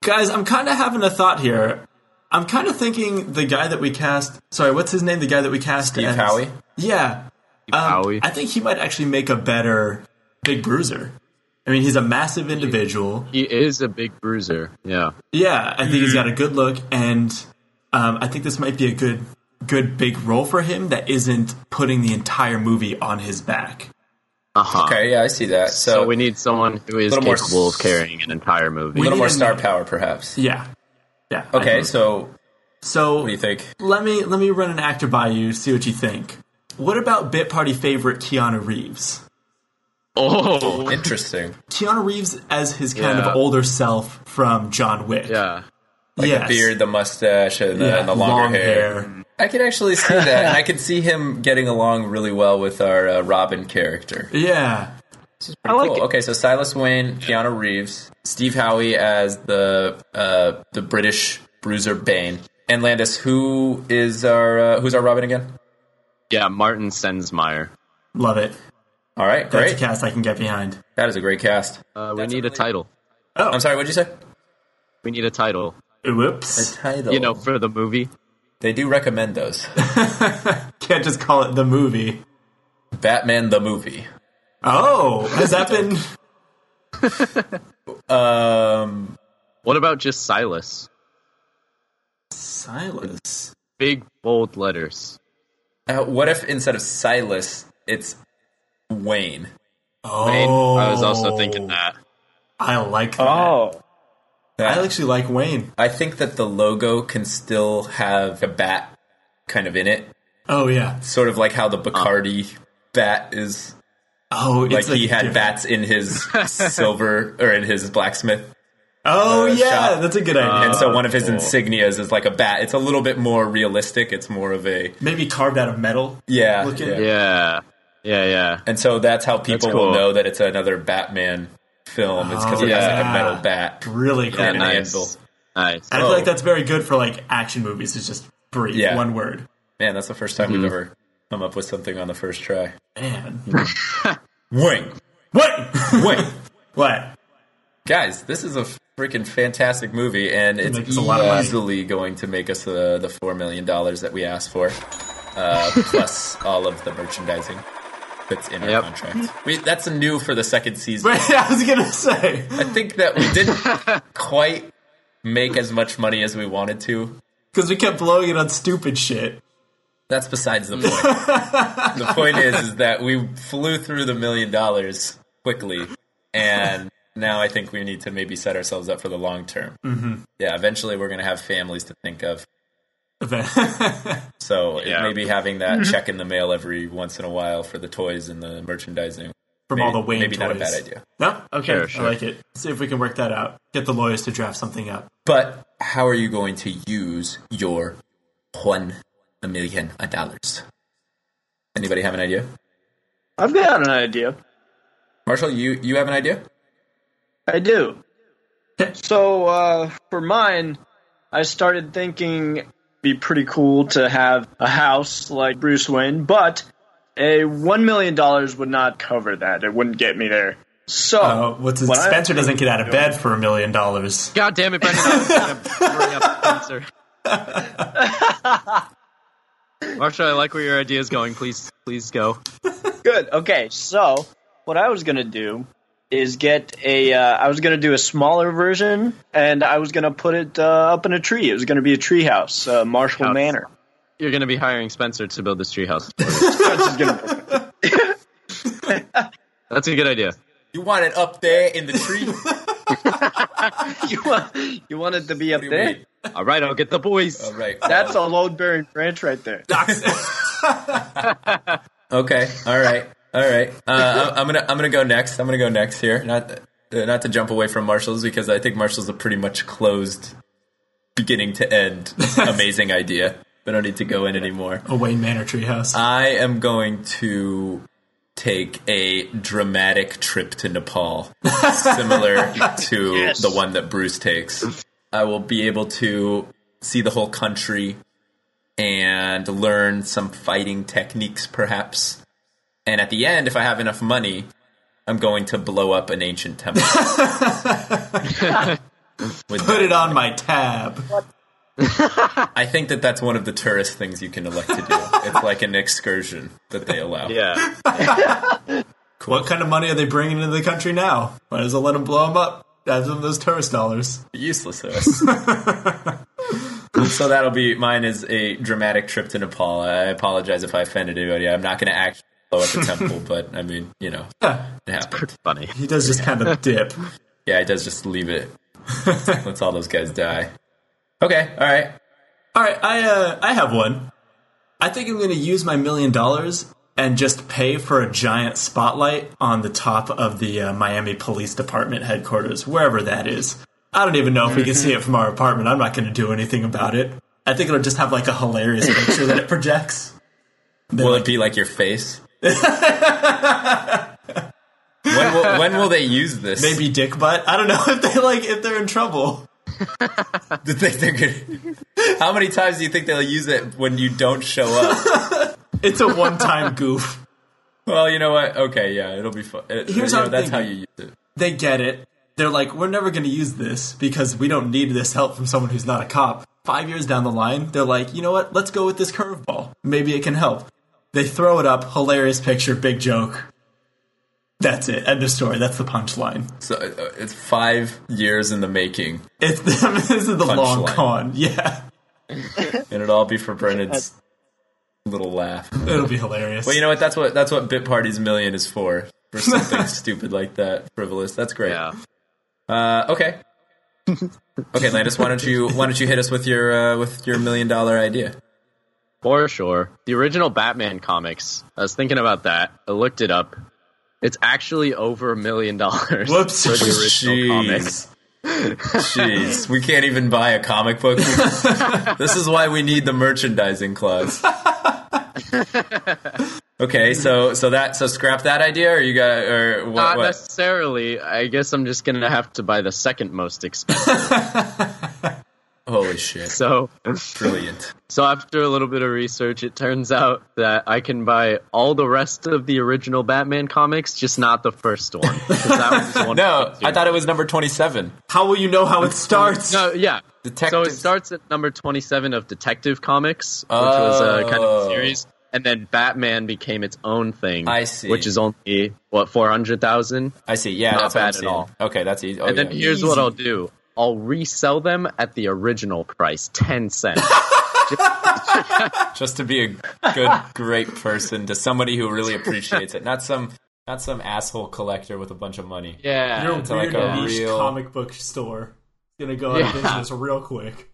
Guys, I'm kind of having a thought here. I'm kind of thinking the guy that we cast. Sorry, what's his name? The guy that we cast.
Steve
as-
Howie?
Yeah. Um, I think he might actually make a better big bruiser. I mean, he's a massive individual.
He is a big bruiser. Yeah.
Yeah, I think he's got a good look, and um, I think this might be a good good big role for him that isn't putting the entire movie on his back.
Uh-huh.
Okay, yeah, I see that. So,
we need someone who is
Little more
capable of carrying an entire movie.
A little more star power, perhaps.
Yeah. Yeah. I
Okay,
think-
so
so
what do you think?
Let me let me run an actor by you, see what you think. What about Bit Party favorite Keanu Reeves?
Oh,
interesting.
Keanu Reeves as his kind
Yeah.
of older self from John Wick.
Yeah.
Like
yes.
the beard, the mustache, and the,
Yeah,
and the longer
long
hair. I could actually see that, and I could see him getting along really well with our uh, Robin character.
Yeah.
I like cool. Okay, so Silas Wayne, Keanu Reeves, Steve Howie as the uh, the British bruiser Bane, and Landis, who is our uh, who's our Robin again?
Yeah, Martin Sensmeyer.
Love it.
All right,
That's
great.
a cast I can get behind.
That is a great cast.
Uh, we need a title.
Oh.
I'm sorry, what'd you say?
We need a title.
Whoops.
A title.
You know, for the movie.
They do recommend those.
Can't just call it the movie.
Batman the movie.
Oh, has that been?
Um,
what about just Silas?
Silas.
Big bold letters.
Uh, what if instead of Silas, it's Wayne?
Oh,
Wayne. I was
Oh.
also thinking that.
I like that.
Oh,
I actually like Wayne.
I think that the logo can still have a bat kind of in it,
Oh yeah.
sort of like how
Uh,
the Bacardi bat is.
Oh,
like
it's, like,
he had
different.
bats in his silver or in his blacksmith.
Oh
uh,
yeah,
shop.
that's a good idea.
and so one of his
Oh, Cool.
insignias is like a bat. It's a little bit more realistic. It's more of a
maybe carved out of metal.
yeah,
Looking-
yeah.
Yeah. Yeah, yeah.
And so that's how people
cool.
will know that it's another Batman film. It's because
Oh,
it has like
yeah.
a metal bat.
Really cool.
Yeah, and an
nice.
anvil.
Nice.
I feel
Oh.
like that's very good for like action movies. It's just brief,
Yeah.
one word.
Man, that's the first time we've ever come up with something on the first try.
Man,
Wing,
what?
wing,
What?
guys! This is a freaking fantastic movie, and it's
make us a lot of money.
easily going to make us uh, the four million dollars that we asked for, uh, plus all of the merchandising that's in our
Yep.
contract. We, that's new for the second season.
Wait, I was gonna say.
I think that we didn't quite make as much money as we wanted to.
Because we kept blowing it on stupid shit.
That's besides the point. the point is, is that we flew through the million dollars quickly, and now I think we need to maybe set ourselves up for the long term.
Mhm.
Yeah, eventually we're going to have families to think of.
That's
So
Yeah.
maybe having that check in the mail every once in a while for the toys and the merchandising.
From
Maybe-
all the Wayne
Maybe not a
toys.
bad idea.
No? Okay,
Sure, sure.
I like it. See if we can work that out. Get the lawyers to draft something up.
But how are you going to use your one million dollars? Anybody have an idea?
I've got an idea.
Marshall, you, you have an idea?
I do. So uh, for mine, I started thinking it'd be pretty cool to have a house like Bruce Wayne, but a one million dollars would not cover that. It wouldn't get me there. So
Uh, what's it?
what I-
Spencer doesn't get out of bed for a million dollars.
God damn it, Brendan. I was gonna bring up Spencer. Marsha, I like where your idea is going. Please, please go.
Good. Okay. So what I was gonna do is get a. Uh, I was gonna do a smaller version, and I was gonna put it uh, up in a tree. It was gonna be a tree house, uh, Marshall
House.
Manor.
You're going to be hiring Spencer to build this treehouse.
It's gonna-
That's a good idea.
You want it up there in the tree?
you want you want it to be up
do you
there?
mean?
All right, I'll get the boys.
All right.
That's a load bearing branch right there.
Okay. All right. All right. Uh, I'm, I'm gonna I'm gonna go next. I'm gonna go next here. Not uh, not to jump away from Marshall's because I think Marshall's a pretty much closed, beginning to end, amazing idea. I don't need to go in anymore.
A Wayne Manor treehouse.
I am going to take a dramatic trip to Nepal, similar to
Yes.
the one that Bruce takes. I will be able to see the whole country and learn some fighting techniques, perhaps. And at the end, if I have enough money, I'm going to blow up an ancient temple. With
Put it
that.
on my tab.
I think that that's one of the tourist things you can elect to do. it's like an excursion that they allow.
Yeah.
What kind of money are they bringing into the country now? Might as well let them blow them up. Have them those tourist dollars.
useless of us. so that'll be mine is a dramatic trip to Nepal. I apologize if I offended anybody. I'm not going to actually blow up the temple, but I mean, you know,
Yeah.
it happened.
Funny.
He does just kind of dip.
Yeah, it does just leave it. Let's all those guys die. Okay, all right.
All right, I uh, I have one. I think I'm going to use my million dollars and just pay for a giant spotlight on the top of the uh, Miami Police Department headquarters, wherever that is. I don't even know if we can see it from our apartment. I'm not going to do anything about it. I think it'll just have like a hilarious picture that it projects.
will it be like your face? when, will, when will they use this?
Maybe dick butt. I don't know if they like if they're in trouble.
Do you think they're gonna- How many times do you think they'll use it when you don't show up?
It's a one-time goof.
Well, you know what? Okay, yeah, it'll be fun. It-
Here's
you
how
know,
I'm
that's how you
thinking.
use it.
They get it. They're like, we're never going to use this because we don't need this help from someone who's not a cop. Five years down the line, they're like, you know what? Let's go with this curveball. Maybe it can help. They throw it up. Hilarious picture. Big joke. That's it. End of story. That's the punchline.
So uh, it's five years in the making,
It's this is the long
Punchline.
con. Yeah,
and it'll all be for Brennan's little laugh.
it'll be hilarious.
Well, you know what? That's what that's what Bit Party's million is for. For something stupid like that, frivolous. That's great. Uh, okay. Okay, Landis, why don't you why don't you hit us with your uh, with your million dollar idea?
For sure. The original Batman comics. I was thinking about that. I looked it up. It's actually over a million dollars.
Whoops.
For the original
Jeez.
comics.
Jeez, we can't even buy a comic book. this is why we need the merchandising clause. Okay, so so that so scrap that idea, or you got or what?
Not
what?
necessarily. I guess I'm just gonna have to buy the second most expensive.
Holy shit!
So
Brilliant.
So after a little bit of research, it turns out that I can buy all the rest of the original Batman comics, just not the first one. 'Cause that was just one
No, I thought it was number twenty-seven.
How will you know how it starts?
No, yeah. So it
Detective-
starts at number 27 of Detective Comics, which was a kind of
Oh.
a series, and then Batman became its own thing.
I see.
Which is only what 400,000.
I see. Yeah,
not
that's what I'm
bad at
seeing.
all.
Okay, that's easy. Oh,
and then
yeah.
here's what
Easy.
I'll do: I'll resell them at the original price, 10 cents.
just to be a good, great person to somebody who really appreciates it, not some not some asshole collector with a bunch of money.
Yeah.
You're a
to
weird
like a
niche
uh, real-
comic book store. Gonna go out of
Yeah.
business real quick.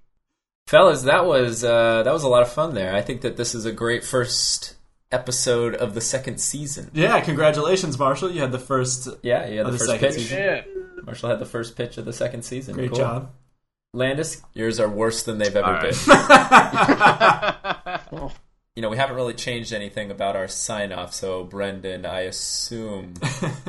fellas that was uh, that was a lot of fun there i think that this is a great first episode of the second season
Yeah, congratulations, Marshall. You had the first.
yeah yeah
of
the,
the
first
second
pitch
season.
marshall had the first pitch of the second season
Great
Cool.
job.
landis yours are worse than they've ever
All
been you know we haven't really changed anything about our sign off so brendan i assume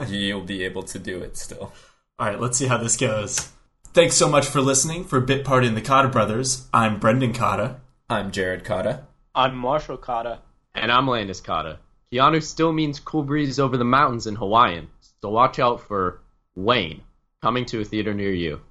you'll be able to do it still
All right, let's see how this goes. Thanks so much for listening for Bit Party and the Cotta Brothers. I'm Brendan Cotta.
I'm Jared Cotta.
I'm Marshall Kata.
And I'm Landis Kata. Keanu still means cool breeze over the mountains in Hawaiian, so watch out for Wayne coming to a theater near you.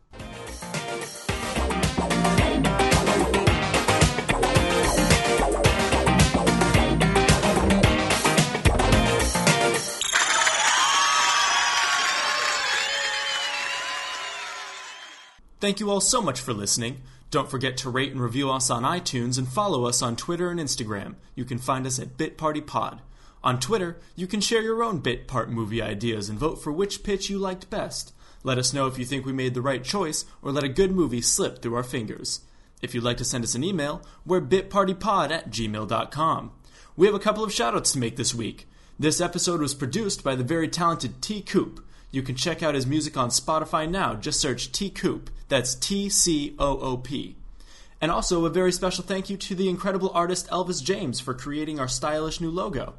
Thank you all so much for listening. Don't forget to rate and review us on iTunes and follow us on Twitter and Instagram. You can find us at Bit Party Pod. On Twitter, you can share your own Bit Part movie ideas and vote for which pitch you liked best. Let us know if you think we made the right choice or let a good movie slip through our fingers. If you'd like to send us an email, we're bitpartypod at gmail.com. We have a couple of shoutouts to make this week. This episode was produced by the very talented T. Coop. You can check out his music on Spotify now. Just search T. Coop. That's T C O O P. And also, a very special thank you to the incredible artist Elvis James for creating our stylish new logo.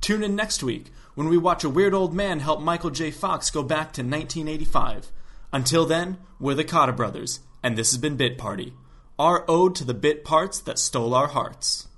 Tune in next week when we watch a weird old man help Michael J. Fox go back to 1985. Until then, we're the Cotta Brothers, and this has been Bit Party, our ode to the bit parts that stole our hearts.